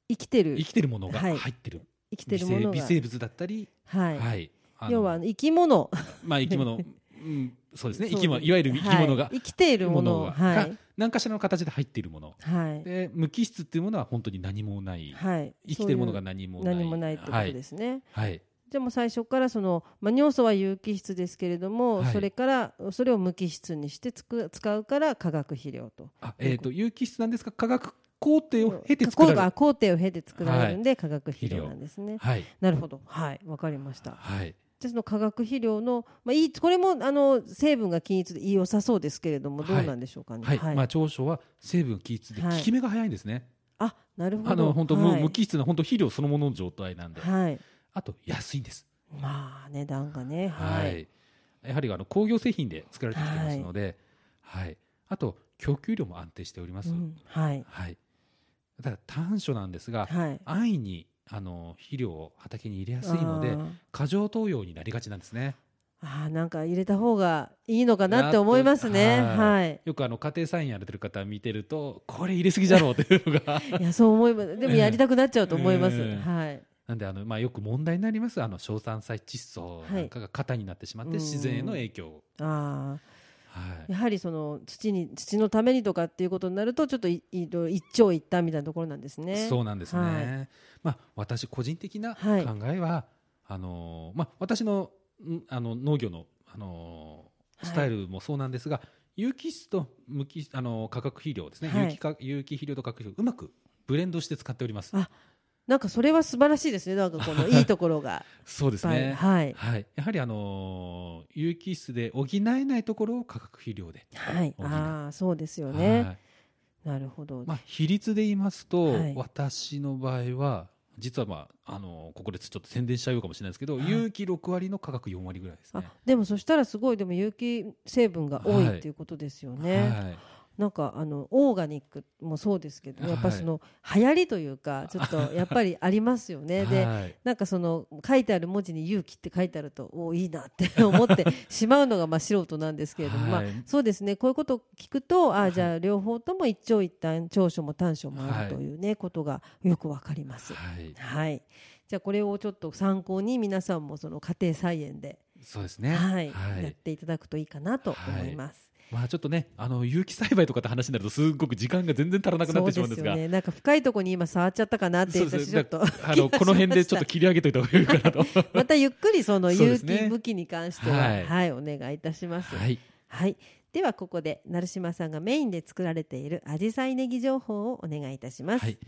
Speaker 1: 生きてる
Speaker 2: 生きてるものが
Speaker 1: はい
Speaker 2: 入ってる。
Speaker 1: 生きて
Speaker 2: 微
Speaker 1: るもの
Speaker 2: 生
Speaker 1: が
Speaker 2: 微生物だったり、
Speaker 1: は
Speaker 2: はいい、あの
Speaker 1: 要はあの生き物
Speaker 2: まあ生き物、うん、そうですね。
Speaker 1: そ
Speaker 2: 生
Speaker 1: う
Speaker 2: き物いわゆる生き物が、
Speaker 1: はい生きているもの
Speaker 2: が
Speaker 1: は
Speaker 2: が
Speaker 1: い
Speaker 2: 何かしらの形で入っているもの。
Speaker 1: はい、
Speaker 2: で無機質っていうものは本当に何もない。
Speaker 1: はい、
Speaker 2: 生きてるもの
Speaker 1: そ
Speaker 2: が何
Speaker 1: う
Speaker 2: も
Speaker 1: いう
Speaker 2: ない。
Speaker 1: 何もないってことですね、
Speaker 2: はい。はい
Speaker 1: でも最初からその、まあ、尿素は有機質ですけれども、
Speaker 2: はい
Speaker 1: それからそれを無機質にしてつく使うから化学肥料と。
Speaker 2: あえっ、と有機質なんですが化学工程を経て
Speaker 1: こ
Speaker 2: 作
Speaker 1: う
Speaker 2: られ
Speaker 1: あ
Speaker 2: る。
Speaker 1: 工程を経て作られるんで、化学肥料なんですね。
Speaker 2: はい
Speaker 1: なるほど、はい、わかりました。
Speaker 2: はい
Speaker 1: でその化学肥料の、まあ、いいこれもあの成分が均一で良さそうですけれども、
Speaker 2: はい
Speaker 1: どうなんでしょうかね。
Speaker 2: はい。まあ長所は成分基質で効
Speaker 1: はい
Speaker 2: き目が早いんですね。
Speaker 1: あ、なるほど。
Speaker 2: あの本当、
Speaker 1: は
Speaker 2: 無
Speaker 1: い
Speaker 2: 無機質な本当肥料そのものの状態なんで。
Speaker 1: はい、
Speaker 2: あと安いんです。
Speaker 1: まあ値段がね、
Speaker 2: は
Speaker 1: はい
Speaker 2: い、、やはりあの工業製品で作られてきてますので、はいあと供給量も安定しておりま
Speaker 1: う
Speaker 2: す、
Speaker 1: んはい、
Speaker 2: はい、ただ短所なんですが、
Speaker 1: はい、
Speaker 2: 安易にあの肥料を畑に入れやすいの
Speaker 1: あ
Speaker 2: で
Speaker 1: ー
Speaker 2: 過剰投与になりがちなんですね
Speaker 1: ああなんか入れた方がいいのかなって思いますね。
Speaker 2: なって
Speaker 1: はい。
Speaker 2: よくあの家庭菜園やれてる方見てるとこれ入れすぎじゃろうっていうの が
Speaker 1: いやそう思います。でもやりたくなっちゃうと思います。
Speaker 2: うん
Speaker 1: はい。
Speaker 2: なんであの、まあ、よく問題になりますあの硝酸菜窒素なんかが肩になってしまって、
Speaker 1: はい
Speaker 2: 自然への影響、
Speaker 1: あ
Speaker 2: は
Speaker 1: あ
Speaker 2: い
Speaker 1: やはりその土に土のためにとかっていうことになるとちょっといいろ一長一短みたいなところなんですね。
Speaker 2: そうなんですね、
Speaker 1: は
Speaker 2: まあ、私個人的な考
Speaker 1: はい
Speaker 2: えは、あのーまあ、私のんあの農業の、あの
Speaker 1: は
Speaker 2: ー
Speaker 1: い
Speaker 2: スタイルもそうなんですが、有機質と無機質あのー化学肥料ですね、
Speaker 1: はい
Speaker 2: 有機化有機肥料と化学肥料うまくブレンドして使っております
Speaker 1: あなんかそれは素晴らしいですね。なんかこのいいところが
Speaker 2: そうで
Speaker 1: いっ
Speaker 2: す
Speaker 1: ぱい。
Speaker 2: ね、
Speaker 1: はい。
Speaker 2: はい、やはり、あのー有機質で補えないところを化学肥料で、
Speaker 1: はい。
Speaker 2: 補う
Speaker 1: ああそうですよね。
Speaker 2: はい
Speaker 1: なるほど。
Speaker 2: まあ、比率で言いますと、
Speaker 1: はい
Speaker 2: 私の場合は実は、まああのーここでちょっと宣伝しちゃうかもしれないですけど、
Speaker 1: はい
Speaker 2: 有機6割の価格4割ぐらいです
Speaker 1: あ
Speaker 2: ね。
Speaker 1: でもそしたらすごいでも有機成分が多いっていうことですよね。
Speaker 2: はい
Speaker 1: なんかあのオーガニックもそうですけど、
Speaker 2: はい
Speaker 1: やっぱその流行りというかちょっとやっぱりありますよ ね。で
Speaker 2: はい
Speaker 1: なんかその書いてある文字に「勇気」って書いてあるとおいいなって思って しまうのがまあ素人なんですけれども、
Speaker 2: はい
Speaker 1: まあ、そうですねこういうことを聞くとああじゃあ両方とも一長一短長所も短所もあ
Speaker 2: はい
Speaker 1: るというね、ことがよくわかります。
Speaker 2: はい、
Speaker 1: はいじゃあこれをちょっと参考に皆さんもその家庭菜園で、
Speaker 2: そうですね。
Speaker 1: はいやっていただくといいかなと思います。
Speaker 2: まあちょっとね、あの有機栽培とかって話になると、すごく時間が全然足らなくなってしまうんですが。
Speaker 1: そうですよね。なんか深いところに今触っちゃったかなって
Speaker 2: そうで
Speaker 1: 私
Speaker 2: す
Speaker 1: ちょっと
Speaker 2: あのこの辺でちょっと切り上げといた方がいいかなと。
Speaker 1: またゆっくりその
Speaker 2: そうで
Speaker 1: 有
Speaker 2: す
Speaker 1: 機
Speaker 2: ね
Speaker 1: 武器に関しては、
Speaker 2: はい
Speaker 1: はい、お願いいたします。は、
Speaker 2: はいい、
Speaker 1: ではここで成島さんがメインで作られているアジサイネギ情報をお願いいたします。
Speaker 2: はい、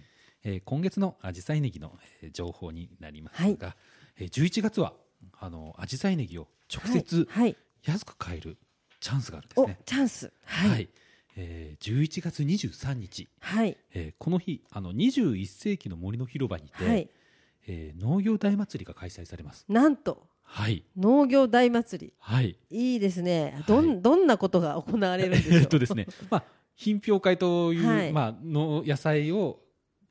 Speaker 2: えー今月のアジサイネギの、えー情報になりますが、
Speaker 1: はい
Speaker 2: えー11月はあのアジサイネギを直接
Speaker 1: はい、はい
Speaker 2: 安く買えるチャンスがあるんです
Speaker 1: お
Speaker 2: ね。
Speaker 1: チャンス。はい、
Speaker 2: えー11月23日、
Speaker 1: はい、
Speaker 2: えーこの日あの21世紀の森の広場にて、
Speaker 1: はい、
Speaker 2: えー農業大祭りが開催されます。
Speaker 1: なんと、
Speaker 2: はい
Speaker 1: 農業大祭
Speaker 2: はい
Speaker 1: りいいですね
Speaker 2: い
Speaker 1: どん,、どんなことが行われるんでしょう
Speaker 2: えっとですね、まあ、品評会という、
Speaker 1: はい
Speaker 2: まあ、の野菜を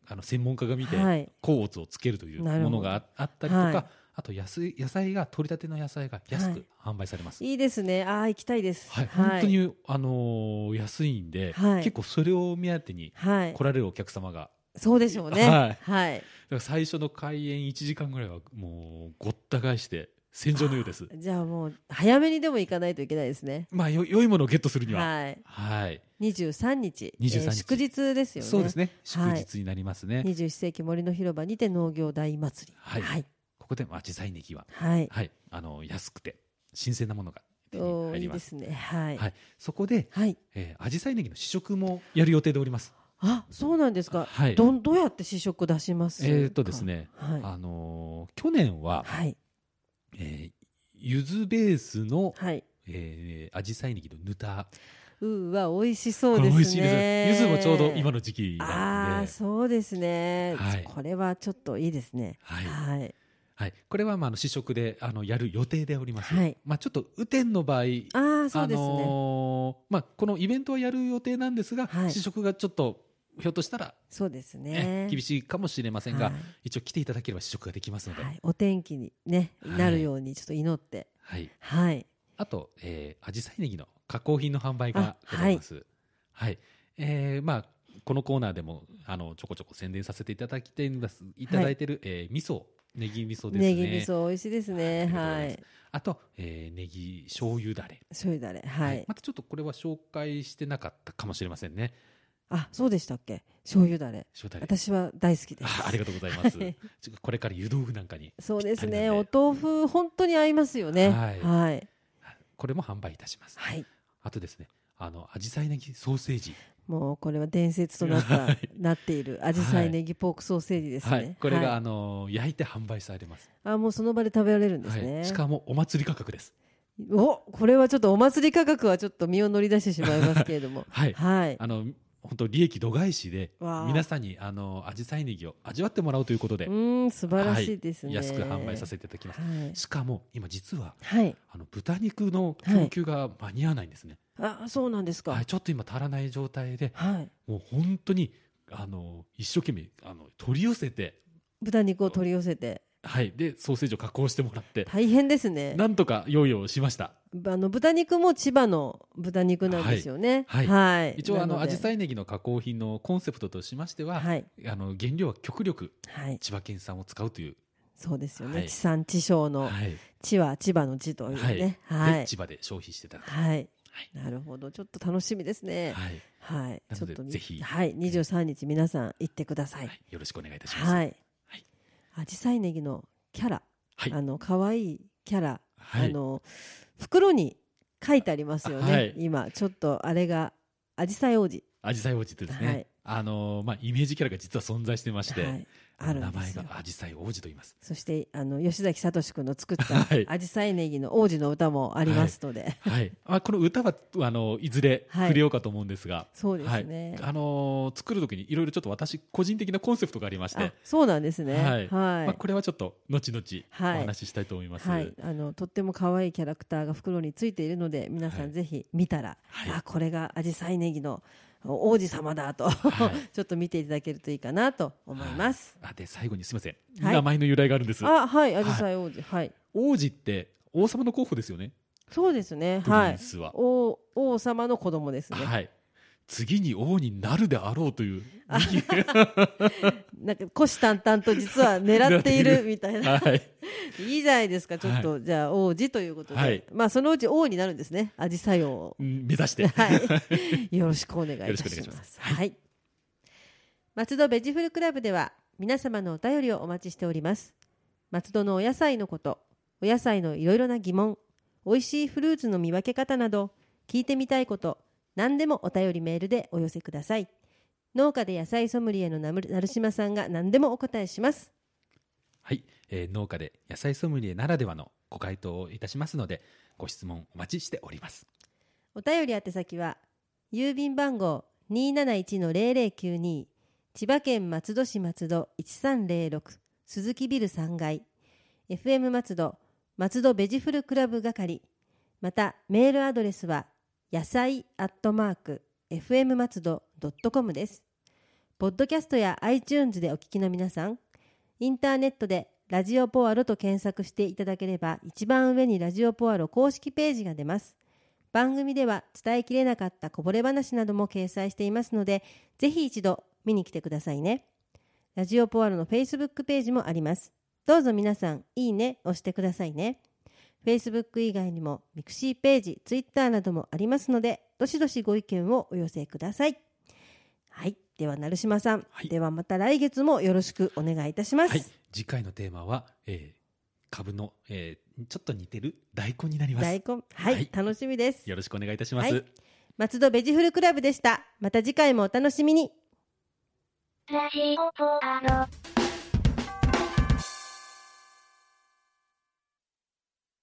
Speaker 2: あの専門家が見て、
Speaker 1: はい
Speaker 2: 甲乙をつけるという
Speaker 1: なるほど
Speaker 2: ものがああったりとか、
Speaker 1: はい
Speaker 2: あと安い野菜が取り立ての野菜が安く販売されます。はい
Speaker 1: いいですねああ行きたいです
Speaker 2: 本当に、あのー安いんで、
Speaker 1: はい
Speaker 2: 結構それを目当てに
Speaker 1: はい
Speaker 2: 来られるお客様が、
Speaker 1: そうでしょうね
Speaker 2: はい
Speaker 1: はい
Speaker 2: だから最初の開園1時間ぐらいはもうごった返して戦場のようです。
Speaker 1: じゃあもう早めにでも行かないといけないですね。
Speaker 2: まあよ良いものをゲットするには、はい
Speaker 1: はい。二十三日。
Speaker 2: 23日
Speaker 1: えー祝日ですよね。
Speaker 2: そうですね祝
Speaker 1: はい
Speaker 2: 日になりますね。
Speaker 1: 二十四世紀森の広場にて農業大祭り。
Speaker 2: はい
Speaker 1: はい。
Speaker 2: ここでまあ実際ネギは
Speaker 1: はい。
Speaker 2: はい、あの安くて新鮮なものが手に
Speaker 1: おー
Speaker 2: 入
Speaker 1: い
Speaker 2: り
Speaker 1: い
Speaker 2: ま。
Speaker 1: ですすね。はい。
Speaker 2: はい、そこで、
Speaker 1: はい。
Speaker 2: えー、紫陽花ネギの試食もやる予定でおります。
Speaker 1: あ、そうなんですか。
Speaker 2: はい。
Speaker 1: どんどうやって試食出しますか。
Speaker 2: えーっとですね
Speaker 1: は
Speaker 2: あのー去年
Speaker 1: い。
Speaker 2: は、
Speaker 1: はい。
Speaker 2: えー、柚子ベースの、
Speaker 1: はい。
Speaker 2: えー、紫陽花ネギのぬた、
Speaker 1: うーわ美味しそう
Speaker 2: こ
Speaker 1: ですね。
Speaker 2: れ美味しいです。柚子もちょうど今の時期
Speaker 1: ああ
Speaker 2: なん
Speaker 1: ー
Speaker 2: で、
Speaker 1: そうですね、
Speaker 2: はい
Speaker 1: これはちょっといいですね。
Speaker 2: はい
Speaker 1: はい。
Speaker 2: はい、これはまああの試食であのやる予定でおります。
Speaker 1: はい
Speaker 2: まあちょっと雨天の場合、
Speaker 1: ああそうです
Speaker 2: あ
Speaker 1: ね。
Speaker 2: のーまあ、このイベントはやる予定なんですが、
Speaker 1: はい
Speaker 2: 試食がちょっとひょっとしたら、
Speaker 1: そうです
Speaker 2: ね
Speaker 1: ね。
Speaker 2: 厳
Speaker 1: し
Speaker 2: しいかもしれませんが、
Speaker 1: はい
Speaker 2: 一応来ていただければ試食ができますので、は
Speaker 1: はいい、お天気に、ね、
Speaker 2: はい
Speaker 1: なるようにちょっと祈って、はい、
Speaker 2: あと、えー、紫陽花ネギの加工品の販売が
Speaker 1: あ
Speaker 2: ございます。はい、えーまあこのコーナーでもあのちょこちょこ宣伝させていただきていますいただいてる、えー味噌ネギ味噌ですね。
Speaker 1: ネギ味噌美味しいですね、は
Speaker 2: ありがとうござい
Speaker 1: い
Speaker 2: ま、あと、えー、ネギ醤油だれ。
Speaker 1: 醤油だれ、はい、
Speaker 2: またちょっとこれは紹介してなかったかもしれませんね。
Speaker 1: あ、そうでしたっけ、醤油だれ、
Speaker 2: 醤油だれ。
Speaker 1: 私は大好きです。
Speaker 2: あありがとうございます。
Speaker 1: はい
Speaker 2: ちょこれから湯豆腐なんかに
Speaker 1: そうですね、
Speaker 2: ぴ
Speaker 1: お
Speaker 2: ったりなんで
Speaker 1: 豆腐本当に合いますよね、
Speaker 2: はい
Speaker 1: はい、
Speaker 2: これも販売いたします。
Speaker 1: はい
Speaker 2: あとですね、あの紫陽花ネギソーセージ、
Speaker 1: もうこれは伝説となった、
Speaker 2: はい
Speaker 1: なっている、紫陽花ネギポークソーセージですね、
Speaker 2: はい、これが、
Speaker 1: は
Speaker 2: あ
Speaker 1: い
Speaker 2: の焼いて販売されます。
Speaker 1: あ、もうその場で食べられるんです
Speaker 2: は
Speaker 1: ね
Speaker 2: い、。しかもお祭り価格です。、
Speaker 1: お、これはちょっとお祭り価格はちょっと身を乗り出してしまいますけれども
Speaker 2: はい、
Speaker 1: はい、
Speaker 2: あの本当利益度外視で
Speaker 1: わあ
Speaker 2: 皆さんにあの紫陽花ネギを味わってもらうということで、
Speaker 1: うーん素晴らしいですね、
Speaker 2: 安く販売させていただきます。
Speaker 1: はい、
Speaker 2: しかも今実は
Speaker 1: はい、
Speaker 2: あの豚肉の供給が間に合わないんですね。
Speaker 1: あそうなんですか
Speaker 2: はい、
Speaker 1: はい、
Speaker 2: ちょっと今足らない状態で、もう本当にあの一生懸命あの取り寄せて、
Speaker 1: 豚肉を取り寄せて
Speaker 2: はい、でソーセージを加工してもらって、
Speaker 1: 大変ですね
Speaker 2: なんとか用意をしました。
Speaker 1: あの豚肉も千葉の豚肉なんですよね
Speaker 2: はい
Speaker 1: はい
Speaker 2: 一応あの
Speaker 1: なで
Speaker 2: 紫陽花ネギの加工品のコンセプトとしましては、
Speaker 1: はい
Speaker 2: あの原料は極力
Speaker 1: はい
Speaker 2: 千葉県産を使うという、
Speaker 1: そうですよね、
Speaker 2: はい
Speaker 1: 地産地消の、
Speaker 2: はい
Speaker 1: 地は千葉の地という
Speaker 2: はい
Speaker 1: ねはい
Speaker 2: で千葉で消費していただく、
Speaker 1: はい
Speaker 2: はい
Speaker 1: なるほどちょっと楽しみですね
Speaker 2: はい
Speaker 1: はい、
Speaker 2: な
Speaker 1: ちょ
Speaker 2: の
Speaker 1: っ
Speaker 2: で
Speaker 1: と
Speaker 2: ぜひ
Speaker 1: はい23日皆さん行ってください
Speaker 2: はいよろしくお願いいたします。
Speaker 1: はい、
Speaker 2: はい
Speaker 1: 紫陽花ネギのキャラ、
Speaker 2: はい
Speaker 1: あの可愛いキャラ
Speaker 2: は
Speaker 1: あ
Speaker 2: い
Speaker 1: の袋に書いてありますよね、
Speaker 2: はい
Speaker 1: 今ちょっとあれが紫陽花王子
Speaker 2: 紫陽花王子ってですね、
Speaker 1: はい
Speaker 2: あのまあイメージキャラが実は存在してまして、
Speaker 1: はい、ある
Speaker 2: 名
Speaker 1: んで
Speaker 2: 前
Speaker 1: す
Speaker 2: が
Speaker 1: よ
Speaker 2: 紫陽花王子と言い ます。
Speaker 1: そしてあの吉崎聡君の作った
Speaker 2: はい
Speaker 1: 紫陽花ネギの王子の歌もありますので、
Speaker 2: はい、あこの歌はあのいずれ
Speaker 1: はい
Speaker 2: 触れようかと思うんですが、
Speaker 1: そうですね、
Speaker 2: はい、あの作る時にいろいろちょっと私個人的なコンセプトがありまして、
Speaker 1: あそうなんですね
Speaker 2: は
Speaker 1: はいい、
Speaker 2: まあ、これはちょっと後々
Speaker 1: はい
Speaker 2: お話ししたいと思います。
Speaker 1: はい、あのとっても可愛いキャラクターが袋についているので皆さ
Speaker 2: はい
Speaker 1: んぜひ見たら、
Speaker 2: はい
Speaker 1: あこれが紫陽花ネギの王子様だと、
Speaker 2: い
Speaker 1: ちょっと見ていただけるといいかなと思います。
Speaker 2: あで最後にすみません、
Speaker 1: はい
Speaker 2: 名前の由来があるんです。
Speaker 1: あはい紫陽花王子はい、
Speaker 2: 王子って王様の候補ですよね。
Speaker 1: そうですね
Speaker 2: プリ
Speaker 1: は
Speaker 2: ン
Speaker 1: い
Speaker 2: スは、
Speaker 1: 王王様の子供ですね、
Speaker 2: はい。次に王になるであろうという。
Speaker 1: なんか虎視眈々と実は狙ってい
Speaker 2: 狙っている
Speaker 1: るみたいな
Speaker 2: はい。
Speaker 1: いいじゃないですかちょっと、じゃあ王子ということで、
Speaker 2: はい
Speaker 1: まあそのうち王になるんですねアジサイ王を
Speaker 2: うん目指して。
Speaker 1: はい、よろしくお願いいた
Speaker 2: よろしくお願
Speaker 1: し
Speaker 2: いしま
Speaker 1: ますす。はい。松戸ベジフルクラブでは皆様のお便りをお待ちしております。松戸のお野菜のこと、お野菜のいろいろな疑問、美味しいフルーツの見分け方など、聞いてみたいこと、何でもお便りメールでお寄せください。農家で野菜ソムリエのなむ成島さんが何でもお答えします。
Speaker 2: はい、えー農家で野菜ソムリエならではのご回答をいたしますので、ご質問お待ちしております。
Speaker 1: お便り宛先は郵便番号271-0092千葉県松戸市松戸1306鈴木ビル3階 FM 松戸松戸ベジフルクラブ係またメールアドレスは野菜アットマーク FM 松戸 .com ですポッドキャストや iTunes でお聞きの皆さんインターネットでラジオポアロと検索していただければ一番上にラジオポアロ公式ページが出ます番組では伝えきれなかったこぼれ話なども掲載していますのでぜひ一度見に来てくださいねラジオポアロの Facebook ページもありますどうぞ皆さんいいねをしてくださいね Facebook 以外にもミクシーページ Twitter などもありますのでどしどしご意見をお寄せくださいはいでは成島さん、
Speaker 2: はい
Speaker 1: ではまた来月もよろしくお願いいたします、
Speaker 2: はい、次回のテーマは、えー、株の、えー、ちょっと似てる大根になります。
Speaker 1: 大根はい、
Speaker 2: はい
Speaker 1: 楽しみです
Speaker 2: よろしくお願いいたします。
Speaker 1: はい松戸ベジフルクラブでしたまた次回もお楽しみに
Speaker 3: ラジオポアド。